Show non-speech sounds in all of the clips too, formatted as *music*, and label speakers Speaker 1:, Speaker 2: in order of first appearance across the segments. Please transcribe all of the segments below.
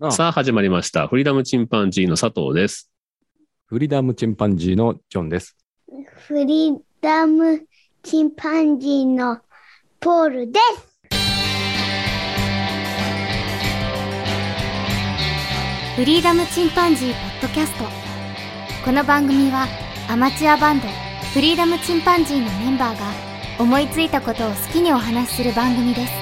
Speaker 1: うん
Speaker 2: さあ始まりました。フリーダムチンパンジーの佐藤です。
Speaker 3: フリーダムチンパンジーのジョンです。
Speaker 4: フリーダムチンパンジーのポールです。
Speaker 5: フリーダムチンパンジーポッドキャストこの番組はアマチュアバンドフリーダムチンパンジーのメンバーが思いついたことを好きにお話しする番組です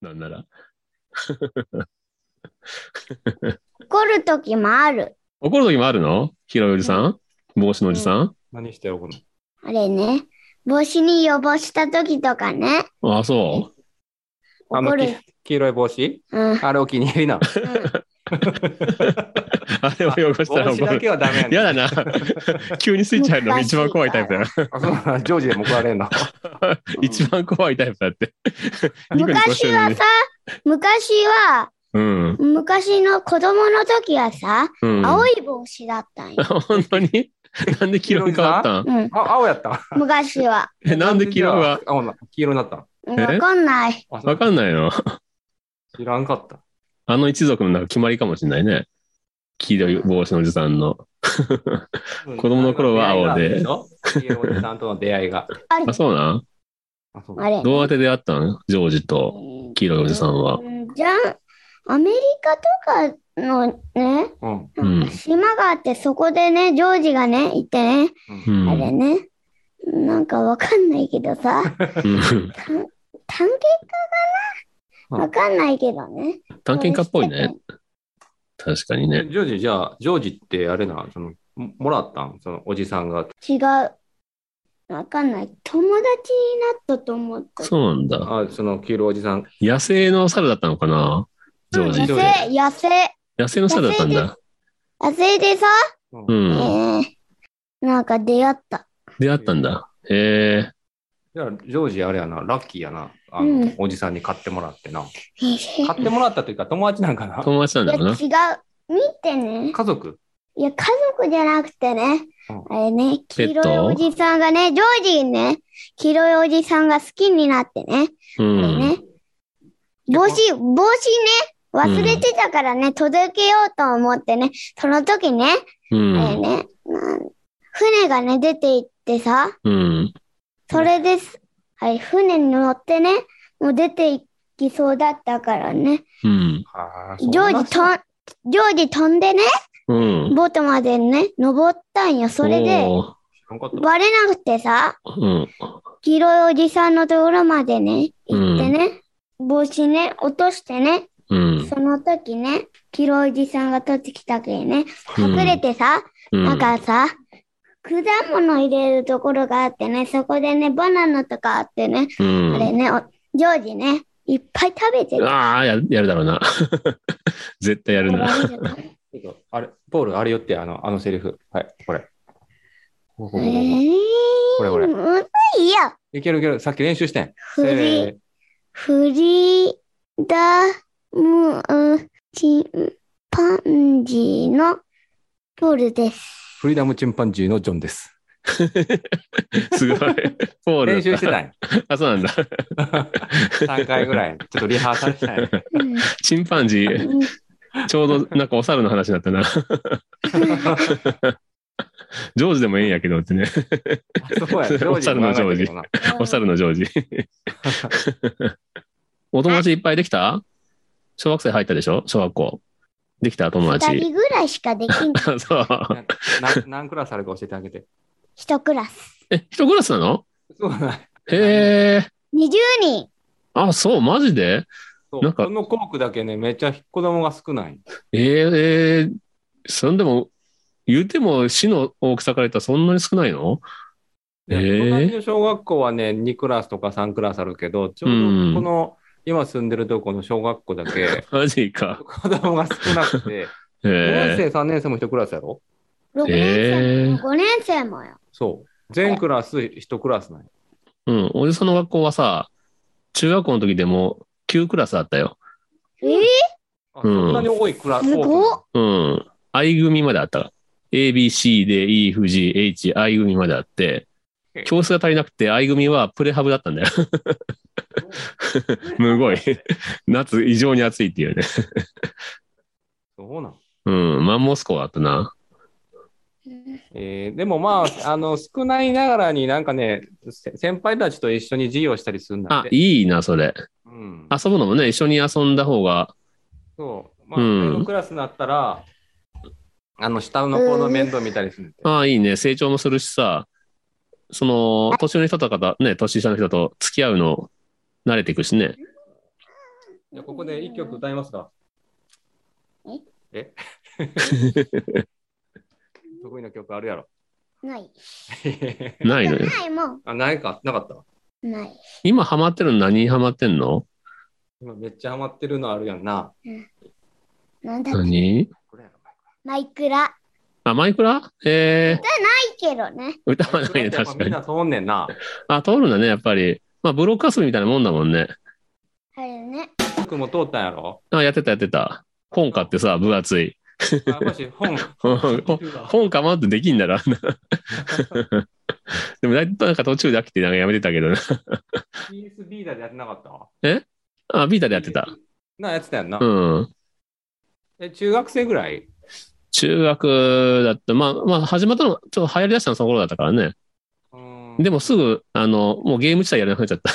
Speaker 2: なんなら。
Speaker 4: 怒るときもある。
Speaker 2: 怒る時もあるのひろゆりさん帽子のおじさん、
Speaker 3: 何して怒る
Speaker 4: あれね。帽子に汚したときとかね。
Speaker 2: ああ、そ
Speaker 3: のあの
Speaker 4: 怒
Speaker 3: き
Speaker 4: る。
Speaker 3: 黄色い帽子
Speaker 4: うん。
Speaker 3: あれお気に入りなの。
Speaker 2: う。あれを汚したら
Speaker 3: 帽子
Speaker 2: 怒
Speaker 3: だ
Speaker 2: る。
Speaker 3: けはダメやね
Speaker 2: やだな。 *laughs* 急にスイッチ入るの一番怖いタイプだな。
Speaker 3: あそうなのジョージでも怒られんの。
Speaker 2: 一番怖いタイプだって。ニコニコし
Speaker 4: 昔
Speaker 2: てるの
Speaker 4: は
Speaker 2: に
Speaker 4: さ。、昔は、
Speaker 2: うん。
Speaker 4: 昔の子供の時はさ、
Speaker 2: うん。
Speaker 4: 青い帽子だった
Speaker 2: *laughs*
Speaker 4: んよ。
Speaker 2: 本当になんで黄色く変わったん
Speaker 4: うん。
Speaker 3: あ、青やった。
Speaker 4: 昔は。
Speaker 2: え、なんで黄色が
Speaker 3: じゃあ青な黄色になったの
Speaker 4: うん
Speaker 2: え
Speaker 4: わかんない。
Speaker 3: あそう
Speaker 2: わかんないの
Speaker 3: 知らんかった。
Speaker 2: あの一族のなんか決まりかもしれないね。黄色い帽子のおじさんの。 *laughs*
Speaker 3: 子
Speaker 2: 供の頃は青で
Speaker 3: 黄色いおじさんとの出会いが。
Speaker 4: あれ
Speaker 2: あ、。そうなん
Speaker 3: あそう
Speaker 4: あれ。
Speaker 2: どうやって出会ったんジョージと黄色いおじさんは
Speaker 4: う。んじゃん、アメリカとかのね、
Speaker 3: うん。
Speaker 2: うん
Speaker 4: 島があって、そこでね、ジョージがね、いてね、
Speaker 2: う
Speaker 4: あ
Speaker 2: ん。
Speaker 4: れね、なんかわかんない
Speaker 2: *laughs*
Speaker 4: けどさ、
Speaker 2: うん
Speaker 4: 探検家か
Speaker 3: うん
Speaker 4: なわかんないけどね。
Speaker 2: 探検家っぽいね。確かに
Speaker 3: ジ
Speaker 2: ね。
Speaker 3: ョージ、じゃあ、ジョージってあれな、その、ももらったんそのおじさんが。
Speaker 4: 違う。わかんない。友達になったと思った。
Speaker 2: そうなんだ。
Speaker 3: あ、その黄色いおじさん。
Speaker 2: 野生の猿だったのかなジョー
Speaker 4: 野
Speaker 2: ジ
Speaker 3: う。ん
Speaker 4: 生、野生。
Speaker 2: 野生の猿だったんだ。
Speaker 4: 野生でさ、
Speaker 3: うん
Speaker 2: う
Speaker 4: え
Speaker 2: ん。
Speaker 4: ーなんか出会った。
Speaker 2: 出会ったんだ。へえ。
Speaker 3: じゃあ、ジョージ、あれやな、ラッキーやな。あ
Speaker 4: う
Speaker 3: の
Speaker 4: ん、
Speaker 3: おじさんに買ってもらってな。
Speaker 4: えへへい
Speaker 3: 買ってもらったというか、友達なんかな。
Speaker 2: 友達なんだ
Speaker 4: や、
Speaker 2: ろうな。
Speaker 4: 違う。見てね。
Speaker 3: 家族
Speaker 4: いや、家族じゃなくてね、あれね、
Speaker 2: ペ
Speaker 4: 黄
Speaker 2: ット
Speaker 4: 色いおじさんがね、ジョージにね、黄色いおじさんが好きになってね、
Speaker 2: う
Speaker 4: あれ
Speaker 2: ん。
Speaker 4: ね、帽子、帽子ね、忘れてたからね、届けようと思ってね、その時ね、
Speaker 2: う
Speaker 4: あれ
Speaker 2: ん。
Speaker 4: ね、うん船がね、出て行ってさ、
Speaker 2: うん。
Speaker 4: それです。はい、船に乗ってね、もう出て行きそうだったからね、
Speaker 2: うん。
Speaker 3: あ
Speaker 4: ジョージとん、ジョージ飛んでね、
Speaker 2: うん。
Speaker 4: ボートまでね、登ったんよ。それで、
Speaker 2: おー
Speaker 4: バレなくてさ、
Speaker 2: うん。
Speaker 4: 黄色いおじさんのところまでね、行ってね、帽子ね、落としてね、
Speaker 2: うん。
Speaker 4: その時ね、黄色いおじさんが取ってきたけね、隠れてさ、
Speaker 2: うん
Speaker 4: なんかさ、果物入れるところがあってね、そこでね、バナナとかあってね、
Speaker 2: う
Speaker 4: あれ
Speaker 2: ん。
Speaker 4: ね、おジョージね、いっぱい食べてた。
Speaker 2: ああ、ややるだろうな。 *laughs* 絶対やる
Speaker 4: *laughs*
Speaker 2: な。 *laughs*
Speaker 3: ちょっとあれ、ポール、あれよって、あの、あのセリフ。はい、これ。こここここ
Speaker 4: えー、
Speaker 3: これこれ
Speaker 4: むずいよ。
Speaker 3: いけるいける。さっき練習してん。
Speaker 4: フリー
Speaker 3: せ
Speaker 4: フリーダムチンパンジーのポールです。
Speaker 3: フリーダムチンパンジーのジョンです。
Speaker 2: すごい。ポール。
Speaker 3: 練習してたん *laughs* や。
Speaker 2: あ、そうなんだ。
Speaker 3: 3回ぐらい。ちょっとリハーサルしたんや。
Speaker 4: うん
Speaker 2: チンパンジー、ちょうどなんかお猿の話だったな。
Speaker 3: *laughs*
Speaker 2: ジョージでもええんやけどってね。
Speaker 3: あ *laughs* そうや。ジョージも考えてるけどな
Speaker 2: お猿のジョージ。お友達いっぱいできた小学生入ったでしょ小学校。できた友
Speaker 4: 二
Speaker 2: 達。
Speaker 4: 人ぐらいしかできん。
Speaker 2: あ *laughs* そう。
Speaker 3: なな何クラスあるか教えてあげ *laughs* て。
Speaker 4: 一クラス。
Speaker 2: え、一クラスなの
Speaker 3: そうない。
Speaker 2: へえ。
Speaker 4: 20人。
Speaker 2: あ、そう、マジで
Speaker 3: そう
Speaker 2: なんか
Speaker 3: このコークだけね、めっちゃ子供が少ない。
Speaker 2: えええーそんでも、言うても市の大きさから言ったらそんなに少ないの
Speaker 3: で
Speaker 2: へえ
Speaker 3: 隣の小学校はね、2クラスとか3クラスあるけど、ちょう
Speaker 2: うん
Speaker 3: どこの、今住んでるとこの小学校だけ、
Speaker 2: マジか。
Speaker 3: 子供が少なくて、4年
Speaker 2: *laughs* ええ
Speaker 3: 生、3年生も1クラスやろ
Speaker 4: 6年生も5年生もよ。
Speaker 3: そう。全クラス1クラスなんや。
Speaker 2: うん。おじさんの学校はさ、中学校の時でも9クラスあったよ。
Speaker 4: えー
Speaker 3: あそんなに多いクラス。
Speaker 4: すごっ
Speaker 3: 多くない
Speaker 2: うん。 I 組まであったら。A, B, C, D, E, F, G, H, I 組まであって
Speaker 3: うん、
Speaker 2: 教室が足りなくて I 組はプレハブだったんだよ。むごい。夏、異常に暑いっていうね。
Speaker 3: そうなん。
Speaker 2: うん、マンモス校だったな。
Speaker 3: えーでもまあ、あの、少ないながらになんかね、せ先輩たちと一緒に授業したりするんだっ
Speaker 2: あ、
Speaker 3: て。
Speaker 2: いいな、それ。
Speaker 3: うん。
Speaker 2: 遊ぶのもね、一緒に遊んだ方が、
Speaker 3: そう。まあ、
Speaker 2: うん
Speaker 3: 上のクラスになったら、あの、下の子の面倒見たりするんだって。
Speaker 2: ああ、いいね、成長もするしさ、その、年上の人とかと、ね、年下の人と付き合うの、慣れていくしね。
Speaker 3: じゃあここで一曲歌いますか。え
Speaker 2: *laughs*
Speaker 3: 得意な曲あるやろ。 *laughs*
Speaker 4: ない。
Speaker 2: ないのよ。
Speaker 4: ないもん。
Speaker 3: あ、ないか、なかった。
Speaker 4: ない。
Speaker 2: 今ハマってるの何にハマってんの
Speaker 3: 今めっちゃハマってるのあるやんな。
Speaker 4: なんだっけ
Speaker 2: 何
Speaker 3: これやろ
Speaker 4: マイクラ。
Speaker 2: あ、マイクラえ
Speaker 4: いいけど
Speaker 2: ー、
Speaker 4: ね。
Speaker 2: 歌わないね、
Speaker 3: やっぱ
Speaker 2: 確か
Speaker 3: み
Speaker 2: に。
Speaker 3: んな通んねんな。
Speaker 2: あ、通るんだね、やっぱり。まあ、ブロック遊びみたいなもんだもんね。
Speaker 4: あれね。
Speaker 3: 僕も通ったんやろ。
Speaker 2: あ、やってた、やってた。本買ってさ、分厚い。
Speaker 3: あやっ
Speaker 2: *laughs*
Speaker 3: ぱし本。
Speaker 2: 本かまってできんだな。あんなでも、だいたいなんか途中で飽きてなんかやめてたけどな。
Speaker 3: PS ビーダーでやってなかった
Speaker 2: あ、ビータでやってた。。
Speaker 3: な、やってたやんな。
Speaker 2: うん。
Speaker 3: え、中学生ぐらい
Speaker 2: 中学だった。まあ、まあ、始まったの、ちょっと流行り出したのその頃だったからね。
Speaker 3: うん
Speaker 2: でもすぐ、あの、もうゲーム自体やらなくなっちゃった。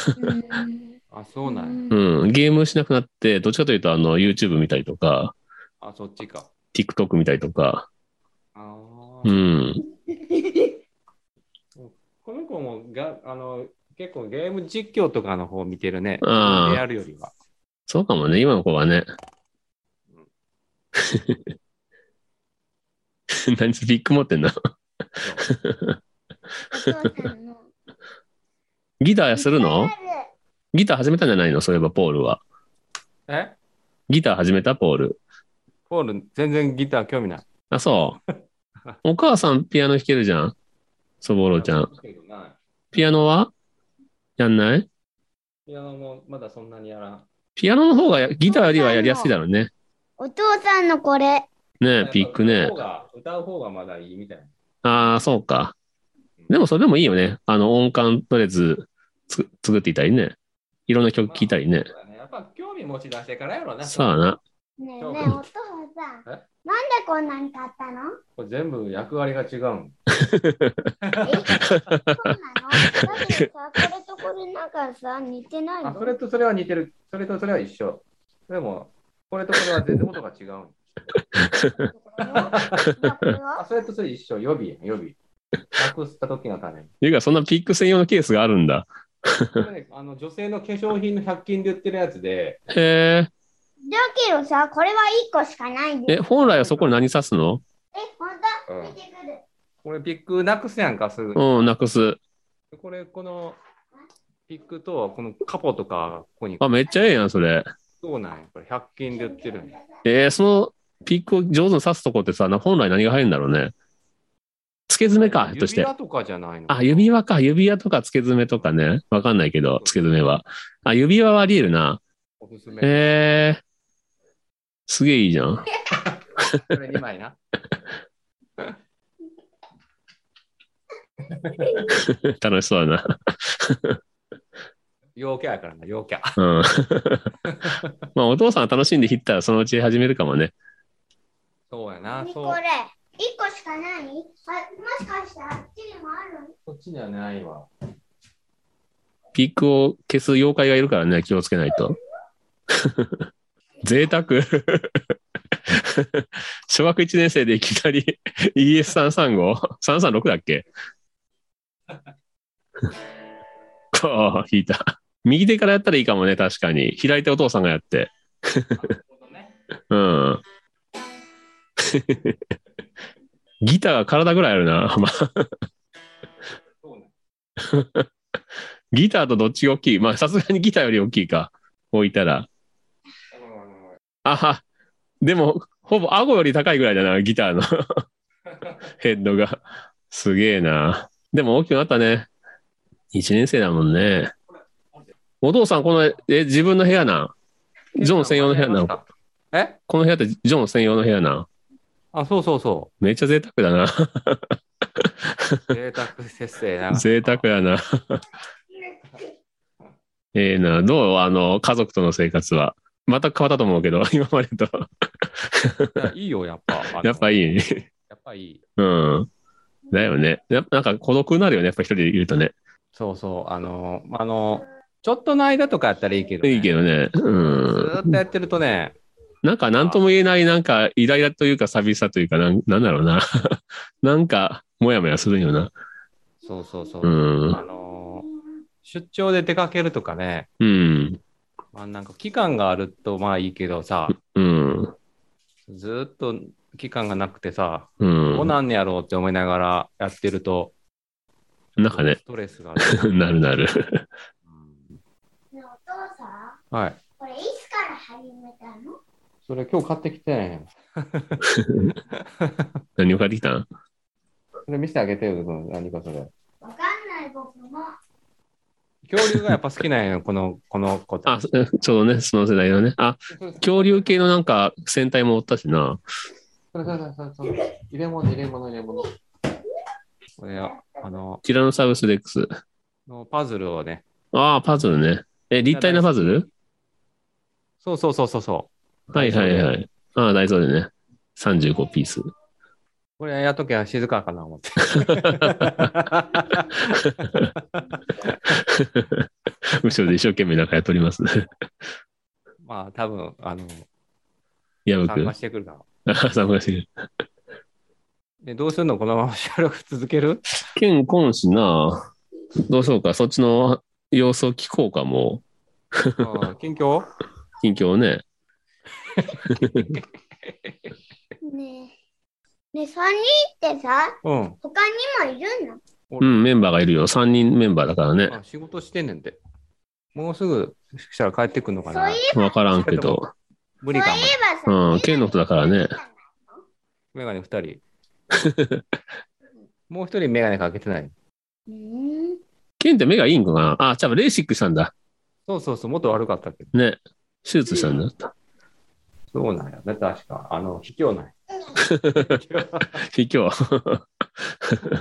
Speaker 3: あ、そうなんや。
Speaker 2: うん。ゲームしなくなって、どっちかというと、あの、YouTube 見たりとか、
Speaker 3: あ、そっちか。
Speaker 2: TikTok 見たりとか。
Speaker 3: あー
Speaker 2: うん。
Speaker 3: この子もが、あの、結構ゲーム実況とかの方見てるね。
Speaker 2: あー
Speaker 3: リアルよりは。
Speaker 2: そうかもね、今の子はね。 *laughs* 何ビッグ持ってんの
Speaker 4: お父さんの。
Speaker 2: ギターするの
Speaker 4: いっぱいある
Speaker 2: ギター始めたんじゃないのそういえば、ポールは。
Speaker 3: え
Speaker 2: ギター始めたポール。
Speaker 3: ポール、全然ギター興味ない。
Speaker 2: あ、 *laughs* そう。お母さんピアノ弾けるじゃん。そぼろちゃん。ピアノはやんない
Speaker 3: ピアノもまだそんなにやらん。
Speaker 2: ピアノの方がやギターよりはやりやすいだろうね。
Speaker 4: お父さんのこれ。
Speaker 2: ねえ、ピックね
Speaker 3: 歌う。方が歌う方がまだいいみたいな。
Speaker 2: ああ、そうか。でもそれでもいいよね。あの、音感とりあえずつ作っていたりね。いろんな曲聴いたりね
Speaker 3: まあ。。そうだやっぱ興味持ち出してからやろな。
Speaker 2: さあな。
Speaker 4: ねえねえ、
Speaker 3: そ
Speaker 4: お
Speaker 3: う
Speaker 4: 父さん。なん
Speaker 3: え
Speaker 4: でこんなに買った
Speaker 3: *laughs*
Speaker 4: の
Speaker 3: これ全部役割が違うん。
Speaker 4: えそうなのだってさ、これとこれなんかさ、似てない
Speaker 3: あ、
Speaker 4: の
Speaker 3: それとそれは似てる。それとそれは一緒。でも、これとこれは全然音が違うん。あ、それとそれ一緒。予備やん、予備。なくした時のために。
Speaker 2: ゆうか、そんなピック専用のケースがあるんだ。
Speaker 3: これ
Speaker 2: *laughs*
Speaker 3: ねあの女性の化粧品の100均で売ってるやつで、
Speaker 2: へ
Speaker 4: だけどさ、これは1個しかないん
Speaker 2: え。
Speaker 4: で。
Speaker 2: え、本来はそこに何刺すの
Speaker 4: え、ほん
Speaker 3: う
Speaker 4: と
Speaker 3: ん
Speaker 4: 見てくる。
Speaker 3: これピックなくすやんか、すぐ。
Speaker 2: うん、なくす。
Speaker 3: これ、このピックと、このカポとか、ここに、
Speaker 2: あ、めっちゃええやん、それ。
Speaker 3: そうなんや。これ100均で売ってるんや。
Speaker 2: えー、そのピックを上手に刺すとこってさ、な本来何が入るんだろうね。付け爪か、ひょっとして
Speaker 3: 指。輪とかじゃないの
Speaker 2: あ、指輪か。指輪とか付け爪とかね。わかんないけど、付け爪は。あ、指輪はあり得るな。
Speaker 3: おすすめ。
Speaker 2: えー、すげえいいじゃん。
Speaker 3: *laughs* これ2枚な。
Speaker 2: 楽しそうだな。
Speaker 3: 陽キャやからな、陽キャ。
Speaker 2: うん。 *laughs* まあ、お父さんが楽しんで弾いたら、そのうち始めるかもね。
Speaker 3: そうやな。
Speaker 4: 何
Speaker 3: そ
Speaker 4: こ
Speaker 3: う
Speaker 4: れ ?1 個しかないあもしかしてあっちにもある
Speaker 3: こっちにはないわ。
Speaker 2: ピックを消す妖怪がいるからね、気をつけないと。 *laughs* 贅沢 *laughs* 小学1年生でいきなり ES335、336だっけ *laughs* こう、弾いた。右手からやったらいいかもね、確かに。左手お父さんがやって。うん。 *laughs* ギターが体ぐらいあるな。まあ
Speaker 3: そうね
Speaker 2: ギターとどっちが大きいまあ、さすがにギターより大きいか。置いたら。あは。でも、ほぼ顎より高いぐらいだな、ギ *laughs* ターのヘッドが。すげえな。でも大きくなったね。一年生だもんね。お父さん、この、え、自分の部屋なんジョン専用の部屋なん
Speaker 3: え
Speaker 2: この部屋ってジョン専用の部屋なん
Speaker 3: あ、そうそうそ
Speaker 2: めっちゃ贅沢だ *laughs* な。
Speaker 3: う。贅沢節制な。
Speaker 2: 贅沢やな。 *laughs* ええな。どうあの、家族との生活は。また変わったと思うけど、今までと。
Speaker 3: いいよ、やっぱ。あの
Speaker 2: やっぱいい。
Speaker 3: やっぱいい。
Speaker 2: うん。だよね。やっぱなんか孤独になるよね。やっぱ一人でいるとね。
Speaker 3: そうそう。あの、あの、ちょっとの間とかやったらいいけど、
Speaker 2: いいけどね。う
Speaker 3: ず
Speaker 2: ん
Speaker 3: ー。っとやってるとね、
Speaker 2: なんか何とも言えない、なんかイライラというか寂しさというか、なんなんだろうな。 *laughs* なんか、もやもやするよな。
Speaker 3: そうそうそう。
Speaker 2: うん
Speaker 3: あのー出張で出かけるとかね、
Speaker 2: うん。
Speaker 3: まあ、なんか期間があるとまあいいけどさ、
Speaker 2: うん。
Speaker 3: ずーっと期間がなくてさ、
Speaker 2: うん
Speaker 3: どう。なんねやろうって思いながらやってると、
Speaker 2: なんかね *laughs*
Speaker 3: ス、トレスがある。
Speaker 2: なるなる。 *laughs*
Speaker 3: うん
Speaker 4: お父さん、
Speaker 3: はい。
Speaker 4: これいつから始めたの
Speaker 3: それ今日買ってきてね、
Speaker 2: 何を買ってきたん
Speaker 3: それ見せてあげてよ、何かそれ。
Speaker 4: わかんない僕も。
Speaker 3: 恐竜がやっぱ好きなんよ、この、この子
Speaker 2: あ、そちょうどね、その世代のね。あ、恐竜系のなんか戦隊もおったしな。
Speaker 3: それそれそれそれ入れ物入れ物入れ物これあの
Speaker 2: ティラノサウルスレックス。
Speaker 3: のパズルをね
Speaker 2: ああ、パズルね。え、立体のパズル
Speaker 3: そうそうそうそうそう
Speaker 2: はいはいはい。ああ、ダイソーでね。35ピース。
Speaker 3: これやっときゃ静かかな思って
Speaker 2: 後ろで一生懸命中やっております。 *laughs*
Speaker 3: まあ多分あの
Speaker 2: 矢吹
Speaker 3: 参
Speaker 2: 君
Speaker 3: 加。してくるか
Speaker 2: *laughs*
Speaker 3: ら
Speaker 2: あ参加してる。
Speaker 3: でどうするのこのまま *laughs* 収録続け
Speaker 2: *laughs*
Speaker 3: る
Speaker 2: 剣今しな。どうしようか。そっちの様子を聞こうか、も
Speaker 3: うん近況
Speaker 2: う。近況をね。
Speaker 4: ねえ。ねえ、三人ってさ、
Speaker 3: うん
Speaker 4: 他にもいるの
Speaker 2: うん、メンバーがいるよ。3人メンバーだからね。
Speaker 3: あ仕事してんねんてもうすぐしたら帰ってくんのかな
Speaker 4: そうい
Speaker 2: わからんけど。
Speaker 3: 無理かも
Speaker 4: えばさ、
Speaker 2: うん、剣のことだからね。
Speaker 3: メガネ2人 *laughs* もう一人メガネかけてない
Speaker 4: うん。
Speaker 2: 剣って目がいいんかなあ、ちゃう、レーシックしたんだ。
Speaker 3: そうそうそうもっと悪かったけど
Speaker 2: ね。手術したんだった。
Speaker 3: そうなんやね、確か。あの、卑怯
Speaker 4: *laughs*
Speaker 3: ない。
Speaker 2: 今日。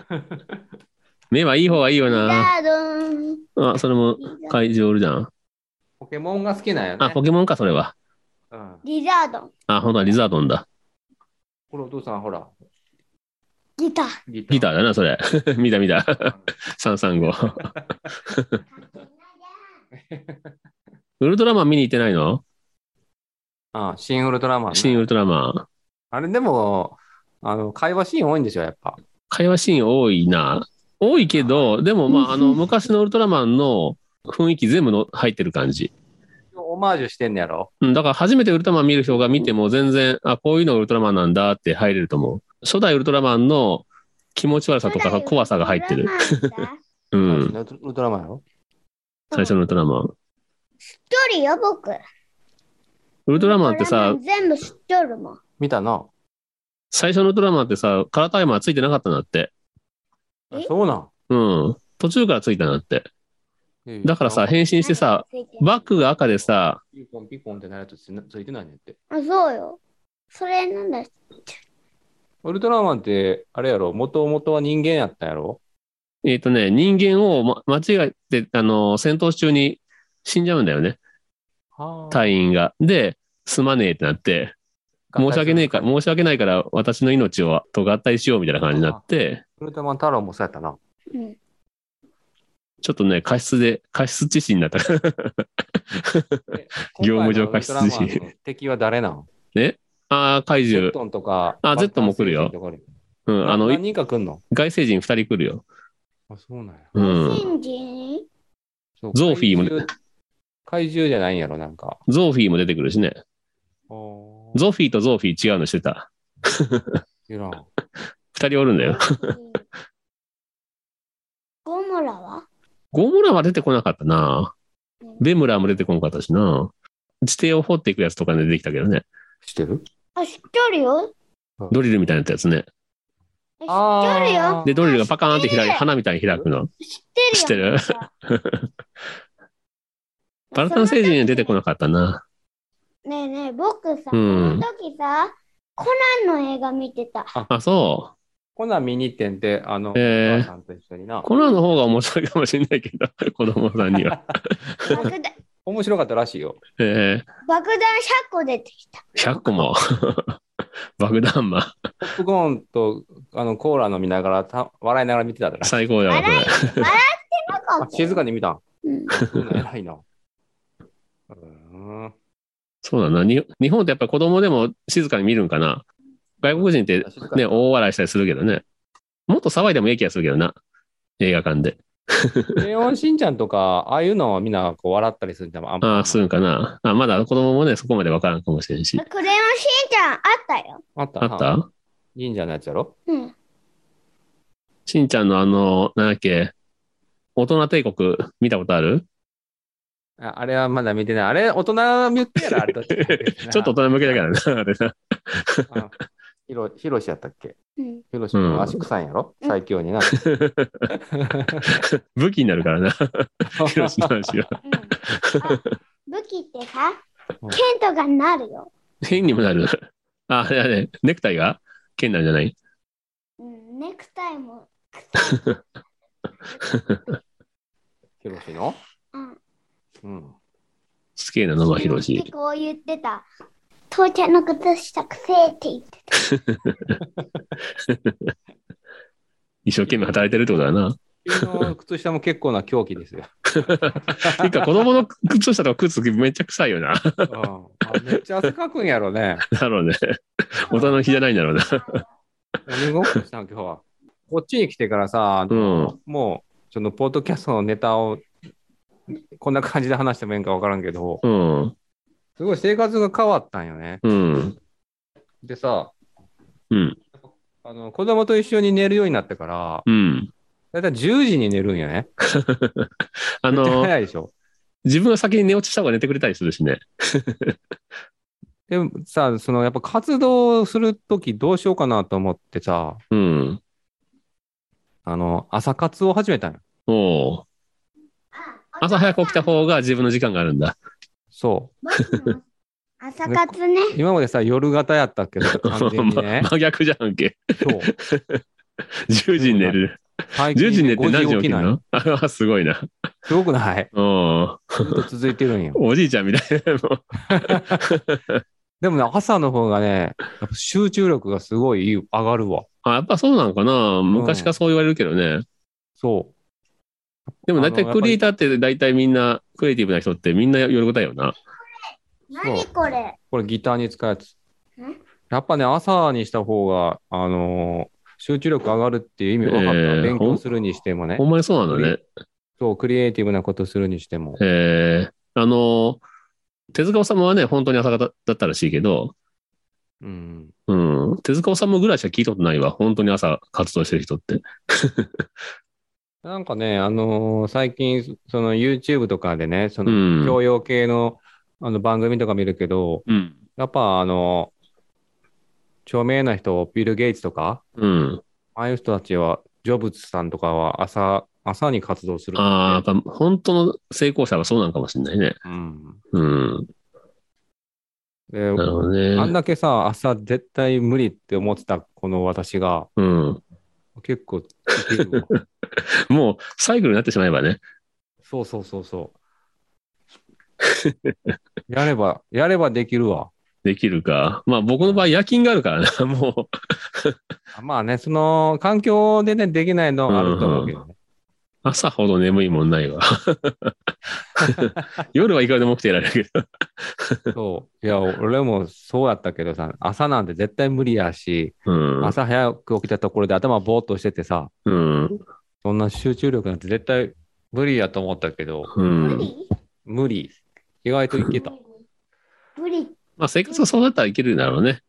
Speaker 2: *laughs* 目はいい方がいいよな。
Speaker 4: ダドン。
Speaker 2: あ、それも会場おるじゃん。
Speaker 3: ポケモンが好きなんやね。
Speaker 2: あ、ポケモンか、それは。
Speaker 3: うん、
Speaker 4: リザードン。
Speaker 2: あ、ほんとだリザードンだ。
Speaker 3: これお父さん、ほら、
Speaker 4: ギター。
Speaker 3: ギター。
Speaker 2: ギターだな、それ。 *laughs* 見た見た。335。ウルトラマン見に行ってないの
Speaker 3: ああ、新ウルトラマンね、
Speaker 2: 新ウルトラマン。
Speaker 3: あれ、でも、あの、会話シーン多いんですよ、やっぱ。
Speaker 2: 会話シーン多いな。多いけど、でもまあ、あの、昔のウルトラマンの雰囲気全部の入ってる感じ。
Speaker 3: オマージュしてんねやろ。
Speaker 2: うんだから初めてウルトラマン見る人が見ても全然、あ、こういうのウルトラマンなんだって入れると思う。初代ウルトラマンの気持ち悪さとか怖さが入ってる。う。
Speaker 3: うんウルトラマンやろ。
Speaker 2: 最初のウルトラマン。
Speaker 4: 知っとるよ、僕。ウ
Speaker 2: ウルトラマンってさ、
Speaker 4: 全部知っとるもん。
Speaker 3: 見たな。
Speaker 2: 最初のウルトラマンってさ、カラータイマーついてなかったんだって。
Speaker 3: あ
Speaker 4: え
Speaker 3: そうなん
Speaker 2: うん。途中からついたんだって。
Speaker 3: ええ。
Speaker 2: だからさ、変身してさ、バックが赤でさ、
Speaker 3: ピコンピコンってなるとつついてないねんって。
Speaker 4: あ、そうよ。それなんだ。
Speaker 3: ウルトラマンって、あれやろ、もともとは人間やったやろ。
Speaker 2: えっ、とね、人間を、ま、間違えて、あの、戦闘中に死んじゃうんだよね。
Speaker 3: はあ
Speaker 2: 隊員が。で、すまねえってなって、申し訳ねえか、申し訳ないから私の命をと合体しようみたいな感じになって、
Speaker 3: ウルトラマン太郎もそうやったな。
Speaker 4: うん。
Speaker 2: ちょっとね、過失で、過失致死になった。 *laughs* 業務上過失致死
Speaker 3: 今回のウルトラマンの敵は誰なん
Speaker 2: ああ、怪
Speaker 3: ゼッ
Speaker 2: 獣。
Speaker 3: トンとか。
Speaker 2: あゼットンも来るよ
Speaker 3: バッター星人とか
Speaker 2: うん、あ
Speaker 3: あの、
Speaker 2: の、
Speaker 3: 何人か来んの
Speaker 2: 外星人二人来るよ。
Speaker 3: あ、そうなんや。
Speaker 2: う
Speaker 4: シ
Speaker 2: ん。
Speaker 4: ンジ
Speaker 2: *laughs*
Speaker 4: に
Speaker 3: そう
Speaker 2: ゾーフィーもね
Speaker 3: 怪獣怪獣じゃないんやろ、なんか。
Speaker 2: ゾーフィーも出てくるしね。
Speaker 3: ゾ
Speaker 2: ゾフィーとゾーフィー違うのしてた。
Speaker 3: 知らん。
Speaker 2: 二人おるんだよ。
Speaker 4: ゴモラは
Speaker 2: ゴムラは出てこなかったな。ベムラも出てこなかったしな。地底を掘っていくやつとかね出てきたけどね。
Speaker 3: 知ってる
Speaker 4: あ、知っとるよ。
Speaker 2: ドリルみたいなやつね。
Speaker 4: 知っとるよ。
Speaker 2: で、ドリルがパカーンって開
Speaker 4: 知って
Speaker 2: く、
Speaker 4: る
Speaker 2: 花みたいに開くの。
Speaker 4: 知ってるよ。
Speaker 2: 知 *laughs* バルタン星人は出てこなかったな。
Speaker 4: ねえねえ、僕さ、
Speaker 2: うん
Speaker 4: その時さ、コナンの映画見てた。
Speaker 2: あ、そ
Speaker 3: コナン見に行ってんで、あの、
Speaker 2: えー
Speaker 3: お母さんと一緒にな
Speaker 2: う。。コナンの方が面白いかもしれないけど、 *laughs* 子供さんには。
Speaker 4: 爆弾、 *laughs*
Speaker 3: 面白かったらしいよ。
Speaker 2: え
Speaker 4: 爆弾100個出てきた。
Speaker 2: ー、100個も。 *laughs* 爆弾魔。
Speaker 3: ポップコーンとあのコーラ飲みながらた、笑いながら見てたから。
Speaker 2: 最高だわ、これ。
Speaker 4: なんか
Speaker 3: あ静かに見たん。
Speaker 2: *laughs*
Speaker 4: う
Speaker 3: う
Speaker 4: ん
Speaker 3: ん偉いな。うーん。
Speaker 2: そうだな。に日本ってやっぱ子供でも静かに見るんかな。外国人って
Speaker 3: 静かに
Speaker 2: ね、大笑いしたりするけどね。もっと騒いでもいい気がするけどな。映画館で。
Speaker 3: レオンしんちゃんとか、ああいうのはみんなこう笑ったりするんじゃん。あん
Speaker 2: ああ、するんかな。あまだ子供もね、そこまでわからんかもしれんし。
Speaker 4: クレヨンしんちゃんあったよ。
Speaker 3: あった
Speaker 2: あった
Speaker 3: 神社のやつやろ
Speaker 4: うん。
Speaker 2: しんちゃんのあの、なんだっけ、大人帝国見たことある
Speaker 3: ああれはまだ見てない。あれ、大人向けやろあれどっちかっていうとな
Speaker 2: ちょっと大人向けだ
Speaker 3: *laughs*
Speaker 2: からな、あれな。
Speaker 3: うんひろ、ひろしやったっけ
Speaker 4: うん。
Speaker 2: *laughs*
Speaker 3: ひろしの足臭いんやろ、
Speaker 4: うん
Speaker 3: 最強にな。
Speaker 2: 武器になる
Speaker 3: *laughs*
Speaker 2: からな、ヒロシの話は。
Speaker 4: うんあ武器ってさ
Speaker 3: う、ん
Speaker 4: 剣とかになるよ。
Speaker 2: 変にもなる。あ、あれあれ、ネクタイが剣なんじゃない
Speaker 4: うん、ネクタイも。
Speaker 3: ひろしの
Speaker 4: うん。
Speaker 3: うん。
Speaker 2: すげえな、野間ヒロ
Speaker 4: っ
Speaker 2: シ
Speaker 4: て。こう言ってた。父ちゃんの靴下くせえって言って
Speaker 2: 一生懸命働いてるってことだな。
Speaker 3: 君の靴下も結構な狂気ですよ。
Speaker 2: てか、子供の靴下とか靴めっちゃ臭いよな。
Speaker 3: うんあめっちゃ汗かくんやろね。
Speaker 2: だろうね。大人の日じゃないんだろうな。
Speaker 3: 何ごっこしたん今日は。こっちに来てからさ、
Speaker 2: うん。
Speaker 3: もう、その、ポッドキャストのネタを、こんな感じで話してもいいんか分からんけど、
Speaker 2: うん。
Speaker 3: すごい生活が変わったんよね。
Speaker 2: うん。
Speaker 3: でさ、
Speaker 2: うん。
Speaker 3: あの子供と一緒に寝るようになってから、
Speaker 2: うん。
Speaker 3: だいたい10時に寝るんよね。
Speaker 2: あ
Speaker 3: めっちゃ
Speaker 2: の、
Speaker 3: 早いでしょ。
Speaker 2: 自分が先に寝落ちした方が寝てくれたりするしね。
Speaker 3: でもさ、その、やっぱ活動するときどうしようかなと思ってさ、
Speaker 2: うん。
Speaker 3: あの、朝活を始めたんよ。
Speaker 2: おう
Speaker 4: た。
Speaker 2: 朝早く起きた方が自分の時間があるんだ。
Speaker 3: そ
Speaker 4: 朝活ね。
Speaker 3: う。今までさ、夜型やったっけど、完全にね
Speaker 2: *laughs* ま。真逆じゃんけ。
Speaker 3: そう。
Speaker 2: 10時に寝る。
Speaker 3: 最
Speaker 2: 10時に寝て
Speaker 3: 5
Speaker 2: 何時起きる
Speaker 3: ない
Speaker 2: のあ *laughs* すごいな。
Speaker 3: すごく
Speaker 2: *laughs*
Speaker 3: ない
Speaker 2: うん。
Speaker 3: ずっと続いてるんよ。
Speaker 2: おじいちゃんみ *laughs* たいな。も
Speaker 3: でもね、朝の方がね、やっぱ集中力がすごい上がるわ。
Speaker 2: うあやっぱそうなのかな昔からそう言われるけどね。
Speaker 3: そ
Speaker 2: でも大体
Speaker 3: あの
Speaker 2: クリエイターって大体みんな、クリエイティブな人ってみんな夜ごたよな。
Speaker 4: 何これ
Speaker 3: う。。これギターに使うやつ
Speaker 4: ん。
Speaker 3: やっぱね、朝にした方が、あのー集中力上がるっていう意味分かった。
Speaker 2: えー
Speaker 3: 勉強するにしてもね
Speaker 2: ほ。んまにそうなのね。
Speaker 3: そう、クリエイティブなことするにしても。
Speaker 2: えー、あの、手塚治虫はね、本当に朝方だったらしいけど、
Speaker 3: うん。
Speaker 2: うん、手塚治虫ぐらいしか聞いたことないわ。本当に朝活動してる人って。
Speaker 3: なんかね、あのー最近、その YouTube とかでね、そうの、
Speaker 2: ん。
Speaker 3: 教養系のあの番組とか見るけど、
Speaker 2: うん。
Speaker 3: やっぱあのー著名な人、ビル・ゲイツとか、
Speaker 2: うん。
Speaker 3: ああいう人たちは、ジョブズさんとかは朝、朝に活動する、
Speaker 2: ああ、やっぱ本当の成功者はそうなんかもしれないね。
Speaker 3: うん。
Speaker 2: うん。
Speaker 3: で、
Speaker 2: なるほど
Speaker 3: あん
Speaker 2: ね。
Speaker 3: だけさ、朝絶対無理って思ってたこの私が、
Speaker 2: うん。
Speaker 3: 結構いける
Speaker 2: *laughs*
Speaker 3: わ
Speaker 2: もうサイクルになってしまえばね。
Speaker 3: そうそうそうそう。やれば、やればできるわ。
Speaker 2: できるか。まあ僕の場合夜勤があるからな、 *laughs* もう。
Speaker 3: まあね、その、環境でね、できないのはあると思うけどね。
Speaker 2: 朝ほど眠いもんない *laughs* わ。夜はいくらでも起きていられるけど。
Speaker 3: そう。いや、俺もそうやったけどさ、朝なんて絶対無理やし、
Speaker 2: うん。
Speaker 3: 朝早く起きたところで頭ぼーっとしててさ、
Speaker 2: うん。
Speaker 3: そんな集中力なんて絶対無理やと思ったけど、
Speaker 2: うん
Speaker 4: ブ。リ
Speaker 3: 無理。意外とい *laughs* けた。
Speaker 4: ブリ
Speaker 2: まあ生活がそうだったらいけるんだろうね。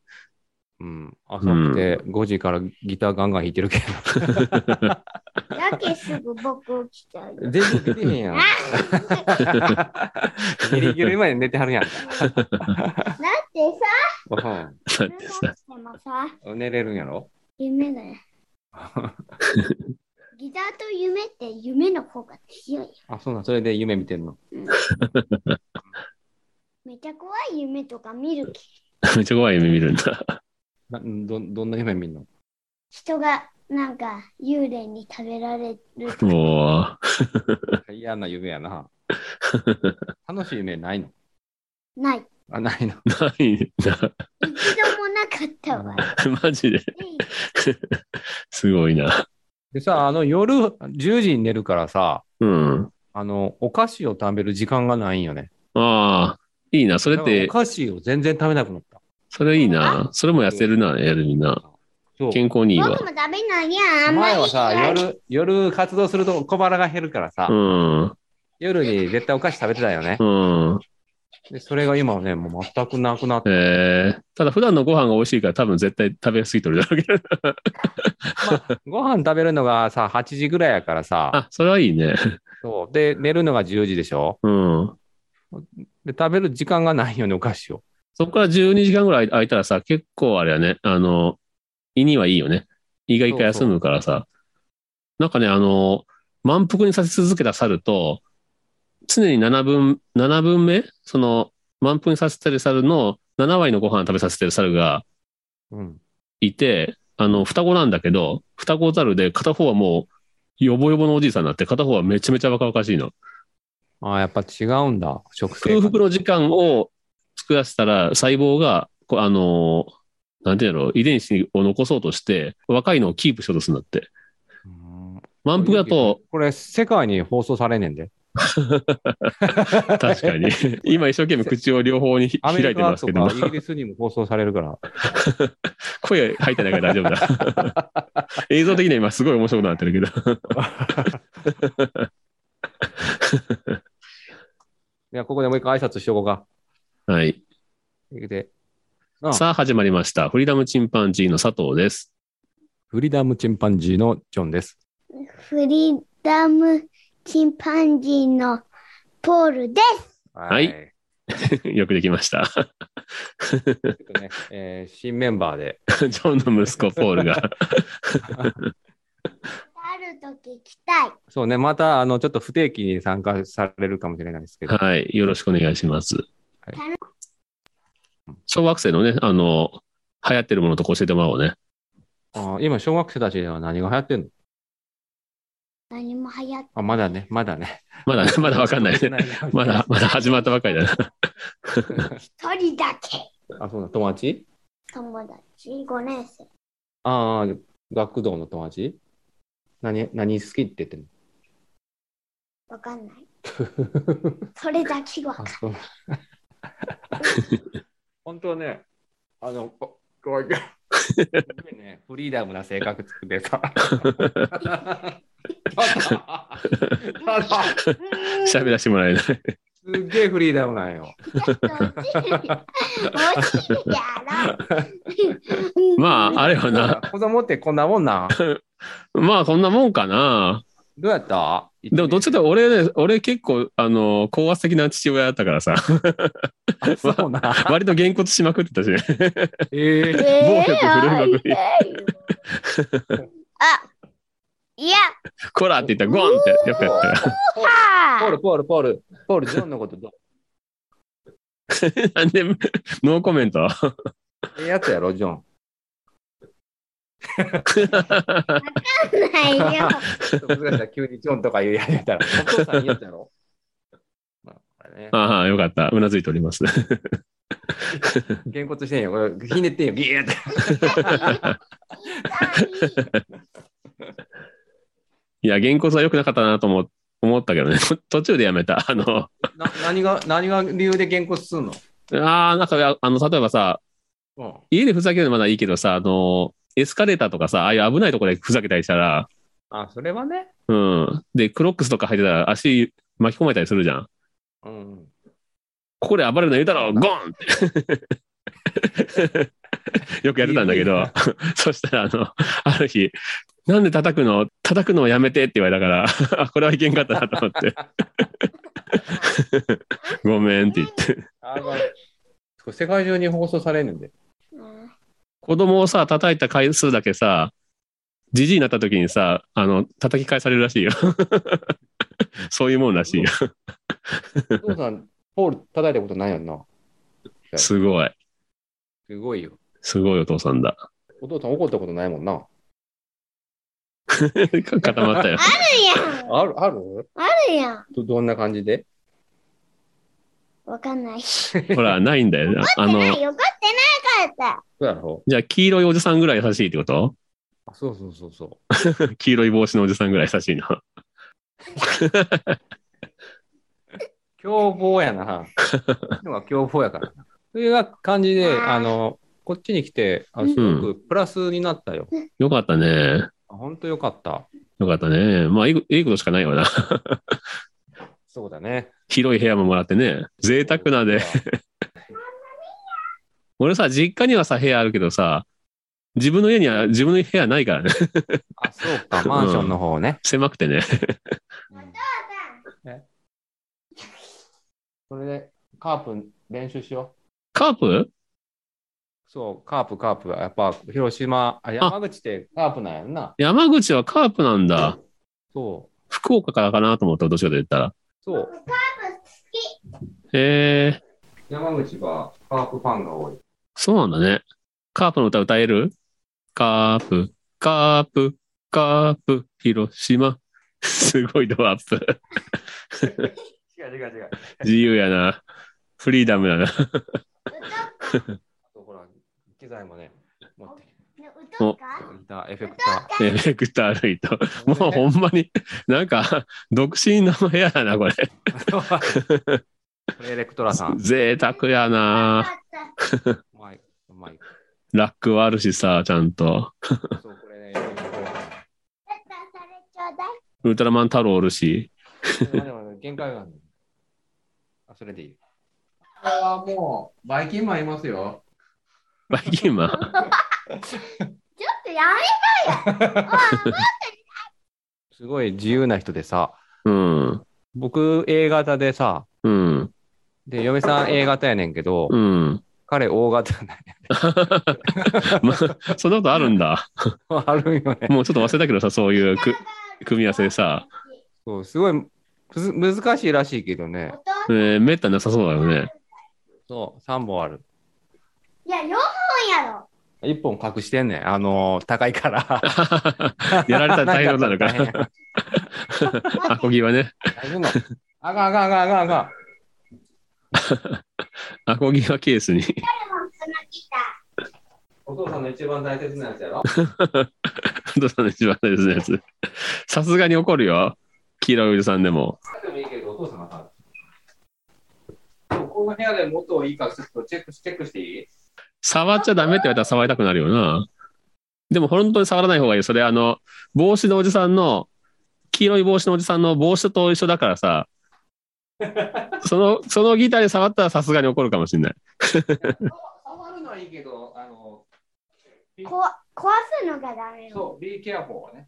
Speaker 3: うん。朝起きて5時からギターガンガン弾いてるけ
Speaker 4: だけすぐ僕起きちゃうよ。
Speaker 3: ど。全然できへんやん。 *laughs* ギリギリまで寝てはるやんか。
Speaker 4: だって
Speaker 2: だっ
Speaker 4: さ、
Speaker 2: て
Speaker 4: そんな
Speaker 2: さ、 *laughs*
Speaker 4: ことしてもさ、
Speaker 3: うん寝れるんやろ *laughs*
Speaker 4: 夢だよ。ギターと夢って夢の方が強いよ。
Speaker 3: あ、そうなん、それで夢見てんの。
Speaker 4: めちゃ怖い夢とか見る気。
Speaker 2: めっちゃ怖い夢見るんだ。
Speaker 3: などどんな夢見るの
Speaker 4: 人がなんか幽霊に食べられるとか
Speaker 2: も
Speaker 3: 嫌な夢や *laughs* な。楽しい夢ないの
Speaker 4: ない。
Speaker 3: あ、ないの。
Speaker 2: う、ない *laughs* な。
Speaker 4: 一度もなかった
Speaker 3: *laughs*
Speaker 4: わ。
Speaker 2: マジで。すごいな。
Speaker 3: でさ、あの夜10時に寝るからさ、
Speaker 2: うん。
Speaker 3: あの、お菓子を食べる時間がないんよね。
Speaker 2: ああ、いいな。それ
Speaker 3: だ
Speaker 2: っ
Speaker 3: からお
Speaker 2: て、
Speaker 3: 菓子を全然食べなくなった。
Speaker 2: それいいな。それも痩せるな、やるみんな。
Speaker 3: そう。
Speaker 2: 健康にいい
Speaker 4: 僕
Speaker 2: わ
Speaker 4: も。食べないやん。あんまり
Speaker 3: 前はさ、
Speaker 4: 嫌い
Speaker 3: 夜、夜活動すると小腹が減るからさ、
Speaker 2: うん。
Speaker 3: 夜に絶対お菓子食べてたよね
Speaker 2: う。ん。
Speaker 3: でそれが今はね、もう全くなくなって、
Speaker 2: えー、ただ普段のご飯が美味しいから多分絶対食べ過ぎとるだろうけど。
Speaker 3: ご飯食べるのがさ、8時ぐらいやからさ、
Speaker 2: あ、それはいいね。
Speaker 3: そう。で、寝るのが10時でしょ
Speaker 2: うん。
Speaker 3: で、食べる時間がないよね、お菓子を。
Speaker 2: そこから12時間ぐらい空いたらさ、結構あれやね、あの、胃にはいいよね。胃が一回休むからさ。なんかね、あの、満腹にさせ続けた猿と、常に7分、7分目その、満腹にさせてる猿の7割のご飯食べさせてる猿が
Speaker 3: うん。
Speaker 2: いて、あの、双子なんだけど、双子猿で片方はもう、ヨボヨボのおじいさんになって、片方はめちゃめちゃ若々しいの。
Speaker 3: ああ、やっぱ違うんだ、食生
Speaker 2: 空
Speaker 3: 活
Speaker 2: 腹。の時間を作らせたら細胞がこうあのーなんていうんだろう遺伝子を残そうとして若いのをキープしようとするんだって
Speaker 3: うん
Speaker 2: 満腹だと、
Speaker 3: これ、世界に放送されねんで。
Speaker 2: 確
Speaker 3: *laughs*
Speaker 2: かに今一生懸命口を両方にひ
Speaker 3: アメ
Speaker 2: 開い
Speaker 3: リ
Speaker 2: て
Speaker 3: カ
Speaker 2: ます
Speaker 3: と
Speaker 2: けど
Speaker 3: かイギリスにも放送されるから。
Speaker 2: 声入ってないから大丈夫だ
Speaker 3: *laughs*
Speaker 2: 映像的には今すごい面白くなってるけど
Speaker 3: いや、ここでもう一回挨拶しとこうか。
Speaker 2: はい
Speaker 3: いくで。あ
Speaker 2: さあ始まりましたフリーダムチンパンジーの佐藤です
Speaker 3: フリーダムチンパンジーのジョンです。
Speaker 4: フリーダムチンパンジーのポールです。
Speaker 3: はい
Speaker 2: よくできました
Speaker 3: ちょっとね、えー新メンバーで。
Speaker 2: ジョンの息子ポールが
Speaker 4: ある時来たい。
Speaker 3: そうね、また、あの、ちょっと不定期に参加されるかもしれないですけど。
Speaker 2: はいよろしくお願いします
Speaker 3: はい
Speaker 2: 小学生のね、あの、流行ってるものとか教えてもらおうね。
Speaker 3: あー今、小学生たちでは何が流行ってんの
Speaker 4: 何も流行っ
Speaker 3: あ、まだね、まだね。
Speaker 2: ま
Speaker 3: *laughs*
Speaker 2: だね、まだわかんないね。まだ、まだ始まったばかりだな。
Speaker 4: 一人だけ。
Speaker 3: あ、そうだ、友達
Speaker 4: 友達5年生。
Speaker 3: ああ、学童の友達何、何好きって言ってんの
Speaker 4: わかんない。
Speaker 2: *laughs*
Speaker 4: それだけわ
Speaker 3: あ、
Speaker 4: かんない。
Speaker 3: そう。本当はね、あの、ここういうすごいね、フリーダムな性格作って
Speaker 2: *laughs*
Speaker 3: さ。ただ、ただ、
Speaker 2: 喋らせてもらえ
Speaker 3: *laughs*
Speaker 2: ない。
Speaker 3: すっげえフリーダムなんよ。
Speaker 4: ちょっと落ちるや落ちるやろ。
Speaker 2: まあ、あれはな。
Speaker 3: 子供ってこんなもんなん
Speaker 2: まあ、こんなもんかな。
Speaker 3: どうやった
Speaker 2: でも、どっちかというと俺ね、俺結構、あの、高圧的な父親だったから
Speaker 3: *laughs*
Speaker 2: さ、
Speaker 3: あそ
Speaker 2: *laughs*
Speaker 3: うなん。
Speaker 2: 割とげんこつしまくってたしね。
Speaker 3: ええ
Speaker 2: 暴力振るいまくり
Speaker 4: え
Speaker 2: *laughs*
Speaker 4: ーあ、いや、
Speaker 2: こらって言ったら、ゴンって、よくやったよ。
Speaker 3: ポー
Speaker 4: は
Speaker 3: ル、ポール、ポール、ポール、ジョンのことどう
Speaker 2: *laughs* なんで、ノーコメント。
Speaker 3: ええやつやろ、ジョン。
Speaker 4: ないよ。
Speaker 3: ちょっと難しいな急にジョンとか言うやつやったら、お父さん言うやつやろ。まあ、これね。
Speaker 2: ああ、よかった。うなずいております。
Speaker 3: げんこつしてんよ。これひねってんよ。ギーって。
Speaker 2: いや、げんこつは良くなかったなと思思ったけどね。途中でやめた。あの、
Speaker 3: な何が、何が理由でげんこつすんの
Speaker 2: ああ、なんか、あの、例えばさ、
Speaker 3: うん。
Speaker 2: 家でふざけるのまだいいけどさ、あの、エスカレーターとかさ、ああいう危ないところでふざけたりしたら、
Speaker 3: あ、それはね。
Speaker 2: うん。で、クロックスとか履いてたら足巻き込まれたりするじゃん。
Speaker 3: うん。
Speaker 2: ここで暴れるの言うたろ、ゴンって。よ *laughs* くやってたんだけど、 *laughs* そしたら、あの、ある日、なんで叩くの叩くのをやめてって言われたから、 *laughs* あ、これはいけんかったなと思 *laughs* って。ごめんって言って。
Speaker 3: あまあこれ世界中に放送されんねんで。
Speaker 2: 子供をさ、叩いた回数だけさ、じじいになった時にさ、あの、叩き返されるらしいよ。 *laughs* そういうもんらしいよ。
Speaker 3: お父さん、ポール叩いたことないよな。
Speaker 2: すごい。
Speaker 3: すごいよ。
Speaker 2: すごいお父さん *laughs* だ。
Speaker 3: お父さん怒ったことないもんな。
Speaker 2: 固まったよ。
Speaker 4: あるやん。
Speaker 3: ある、ある
Speaker 4: あるやん。
Speaker 3: どどんな感じで
Speaker 4: わかんない。
Speaker 2: ほら、ないんだよな。あの、
Speaker 4: ない、怒ってなかっ
Speaker 3: そうやろ
Speaker 2: じゃあ、黄色いおじさんぐらい優しいって *laughs* こと
Speaker 3: あそうそうそうそ
Speaker 2: 黄色い帽子のおじさんぐらい優しいな。
Speaker 3: う。凶暴や *laughs* な。のが凶暴やからな。というような感じで、あの、こっちに来て、あすごくプラスになったよ。
Speaker 2: よかったね。
Speaker 3: あほんとよかった。
Speaker 2: よかったね。まあ、いいいいことしかないよな。 *laughs*
Speaker 3: そうだね。
Speaker 2: 広い部屋ももらってね。贅沢なで。俺さ、実家にはさ、部屋あるけどさ、自分の家には、自分の部屋ないからね。 *laughs*
Speaker 3: あ、そうか、マンションの方ね。
Speaker 2: 狭くてね。
Speaker 3: それで、カープ練習しよ
Speaker 2: カープ
Speaker 3: う。そう、カープ、カープ。やっぱ、広島、あ山口ってカープなんやんな。
Speaker 2: 山口はカープなんだ。
Speaker 3: そう、
Speaker 2: 福岡からかなと思ったどっちかと言ったら。
Speaker 3: そう。
Speaker 2: へえ、
Speaker 3: 山口はカープファンが多い。
Speaker 2: そうなんだね。カープの歌歌えるカープ、カープ、カープ、広島。すごいドアップ。
Speaker 3: 違う違う違う。
Speaker 2: 自由やな。フリーダムだな。
Speaker 3: あとほら、機材もね、持ってきて、
Speaker 4: た。歌うか
Speaker 3: ギター、エフェクタ
Speaker 2: エフェクター類と。
Speaker 3: ー。
Speaker 2: もうほんまに、なんか、独身の部屋だな、これ。
Speaker 3: これエレクトラさん。
Speaker 2: 贅沢やな。
Speaker 3: うまい、うまい。
Speaker 2: ラックはあるしさ、ちゃんと。
Speaker 3: そう、これね、
Speaker 2: ウルトラマン太郎おるし。
Speaker 3: 限界があるのあ、それでいい。これはもう、バイキンマンいますよ。
Speaker 2: バイキンマン。
Speaker 4: ちょっとや
Speaker 3: すごい自由な人でさ、
Speaker 2: うん。
Speaker 3: 僕 A 型でさ、
Speaker 2: うん。
Speaker 3: で、嫁さん A 型やねんけど、
Speaker 2: うん。
Speaker 3: 彼 O 型なんや
Speaker 2: まあ、 *laughs* そんなことあるんだ。
Speaker 3: あるんよね。
Speaker 2: もうちょっと忘れたけどさ、そういうく
Speaker 4: *laughs*
Speaker 2: 組み合わせでさ、
Speaker 3: そう、すごいむず難しいらしいけどね。
Speaker 2: えー、めったなさそうだよね。
Speaker 3: そう、3本ある。
Speaker 4: いや、両本やろ。
Speaker 3: 1本隠してんねん。あのー高いから。
Speaker 2: やられたら大変なの
Speaker 3: *laughs*
Speaker 2: かな。アコギはね、
Speaker 3: 大丈夫なのあがんあがんあがんあがんあがん。
Speaker 2: アコギはケースに。
Speaker 4: そのギター。
Speaker 3: お父さんの一番大切なやつやろ。
Speaker 2: お父さんの一番大事なやつ。さすがに怒るよ。黄色いおじさんでも。
Speaker 3: でもいいけど、お父さんが買う。ここの部屋で元いいかちょっとチェックしチェックしていい
Speaker 2: 触っちゃダメって言われたら触りたくなるよな。でも本当に触らない方がいい。それあの、帽子のおじさんの、黄色い帽子のおじさんの帽子と一緒だからさ、その、そのギターに触ったらさすがに怒るかもしれない。
Speaker 3: 触るのはいいけど、あの、
Speaker 4: こわ壊すのがダメよ。
Speaker 3: そう、be careful はね。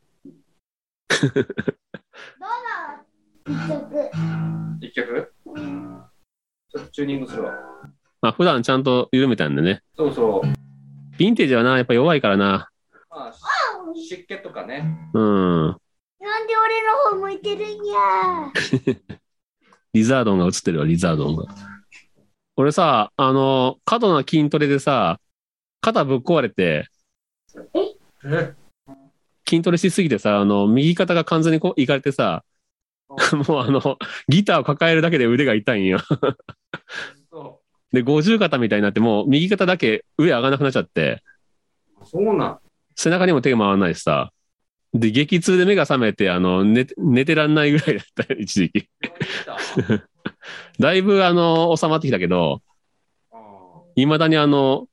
Speaker 3: 一
Speaker 4: 一曲。
Speaker 3: 曲ちょっとチューニングするわ。
Speaker 2: まあ普段ちゃんと緩めたんでね。
Speaker 3: そうそう。
Speaker 2: ヴィンテージはな、やっぱ弱いからな。
Speaker 3: まあ、湿気とかね。
Speaker 2: うん。
Speaker 4: なんで俺の方向いてるんや。
Speaker 2: リザードンが映ってるわ、リザードンが。俺さ、あの、過度な筋トレでさ、肩ぶっ壊れて、
Speaker 3: え
Speaker 2: 筋トレしすぎてさ、あの、右肩が完全にこう、いかれてさ、 *laughs* もうあの、ギターを抱えるだけで腕が痛いんよ。
Speaker 3: そ
Speaker 2: で、五十肩みたいになって、もう右肩だけ上上がらなくなっちゃって、
Speaker 3: う。そうなん。
Speaker 2: 背中にも手が回らないしさ、で、激痛で目が覚めて、あの、寝て、寝てらんないぐらいだったよ、一時期。だいぶ、あの、収まってきたけど、いまだにあの、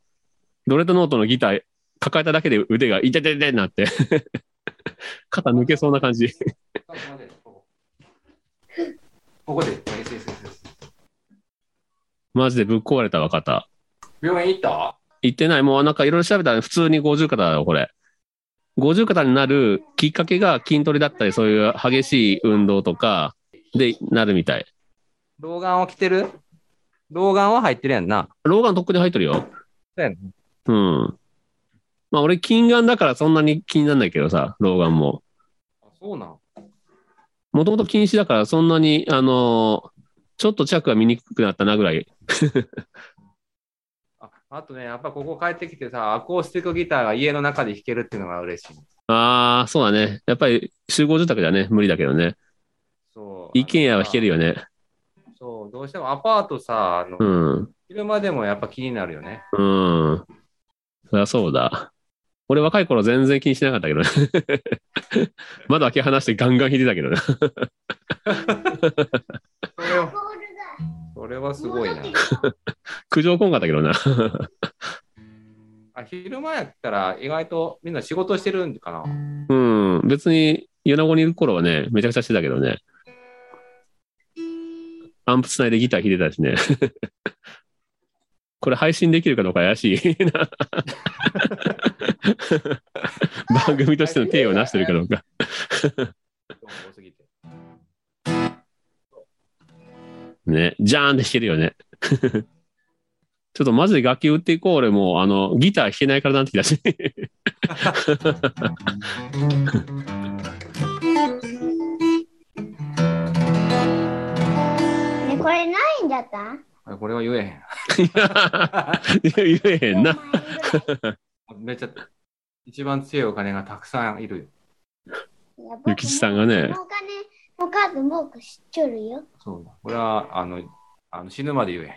Speaker 2: ドレッドノートのギター抱えただけで腕が痛てててなって、 *laughs* 肩抜けそうな感じ。
Speaker 3: ここ *laughs* で、
Speaker 2: マジでぶっ壊れたわ、肩。
Speaker 3: 病院行った
Speaker 2: 行ってない。もうなんかいろいろ調べたら普通に五十肩だよ、これ。五十肩になるきっかけが筋トレだったり、そういう激しい運動とかでなるみたい。
Speaker 3: 老眼は着てる老眼は入ってるやんな。
Speaker 2: 老眼とっくに入ってるよ。
Speaker 3: そうやね
Speaker 2: うん。まあ俺、近眼だからそんなに気になんないけどさ、老眼も。
Speaker 3: あそうなん。
Speaker 2: もともと禁止だから、そんなに、あのーちょっと着は見にくくなったなぐらい。
Speaker 3: ああとね、やっぱここ帰ってきてさ、アコースティックギターが家の中で弾けるっていうのが嬉しい。
Speaker 2: ああ、そうだね。やっぱり集合住宅じゃね、無理だけどね。
Speaker 3: そう。
Speaker 2: 一軒家は弾けるよね。
Speaker 3: そう、どうしてもアパートさ、あの、
Speaker 2: うん。
Speaker 3: 昼間でもやっぱ気になるよね。
Speaker 2: うん。そりゃそうだ。俺若い頃全然気にしなかったけどね。 *laughs* 窓開け放してガンガン弾いてたけどね。
Speaker 3: それは、
Speaker 4: ボールだ。
Speaker 3: それはすごいな
Speaker 4: 戻って。きた
Speaker 2: 苦情こんかったけどな。
Speaker 3: あ昼間やったら意外とみんな仕事してるんかな。
Speaker 2: うん。別に、米子にいる頃はね、めちゃくちゃしてたけどね。アンプつないでギター弾いてたしね。 *laughs* これ配信できるかどうか怪しいな。番組としての手をなしてるかどうか。
Speaker 3: 多すぎて。
Speaker 2: ね、ジャーンって弾けるよね。 *laughs* ちょっとマジで楽器売っていこう。俺もう、あの、ギター弾けないからなんてきたし。 *laughs*
Speaker 4: ね、これないんだった
Speaker 3: あこれは言えへん。
Speaker 2: 言えへん
Speaker 4: *laughs*
Speaker 2: な。
Speaker 3: めっちゃ、一番強いお金がたくさんいるよ。
Speaker 2: ゆきちさんがね
Speaker 4: お金、お母さん僕知っちょるよ。
Speaker 3: そう。これは、あの、あの死ぬまで言えへん。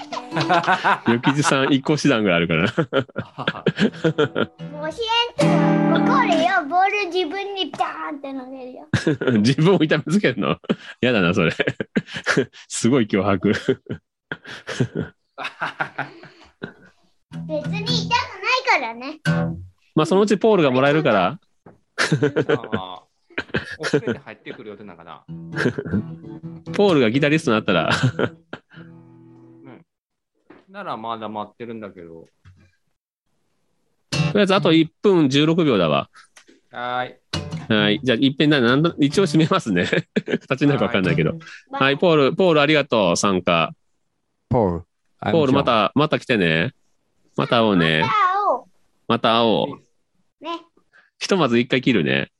Speaker 3: *laughs*
Speaker 2: ゆきじさん一個手段ぐらいあるから。
Speaker 4: もう教えんと怒るよ。ボール自分にダーンって投げるよ。
Speaker 2: *laughs* 自分を痛めつけるの。やだな、それ。 *laughs* すごい脅迫。
Speaker 4: 別に痛くないからね。
Speaker 2: まあ、そのうちポールがもらえるから、
Speaker 3: あーお風呂に入ってくる予定なんかな。
Speaker 2: ポールがギタリストになったら、
Speaker 3: ならまだ待ってるんだけど。
Speaker 2: とりあえずあと1分16秒だわ。
Speaker 3: はーい。
Speaker 2: はい。じゃあ、一遍だなんだ一応締めますね。 *laughs* 形になるかわかんないけど。はい、ポール、ポールありがとう、参加。
Speaker 1: ポール。
Speaker 2: ポールま。た、また来てね。また会おうね。
Speaker 4: 青
Speaker 2: また会おう。
Speaker 4: ね。
Speaker 2: ひとまず一回切るね。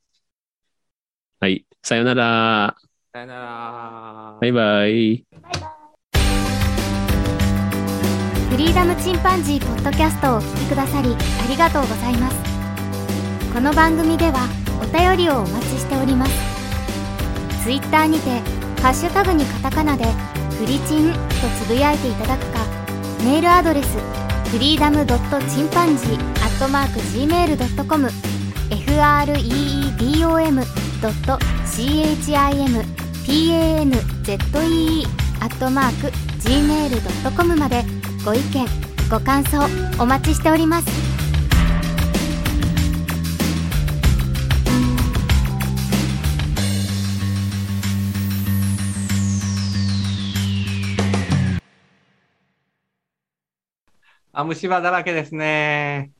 Speaker 2: はい。さよなら。
Speaker 3: さよなら。
Speaker 2: バイバイ。
Speaker 5: フリーダムチンパンジーポッドキャストをお聞きくださりありがとうございますこの番組ではお便りをお待ちしておりますツイッターにてハッシュタグにカタカナでフリチンとつぶやいていただくかメールアドレスフリーダムドットチンパンジーアットマーク gmail.com freedom ドット chimpanzee アットマーク gmail.com までご意見ご感想お待ちしております
Speaker 3: あ、虫歯だらけですね。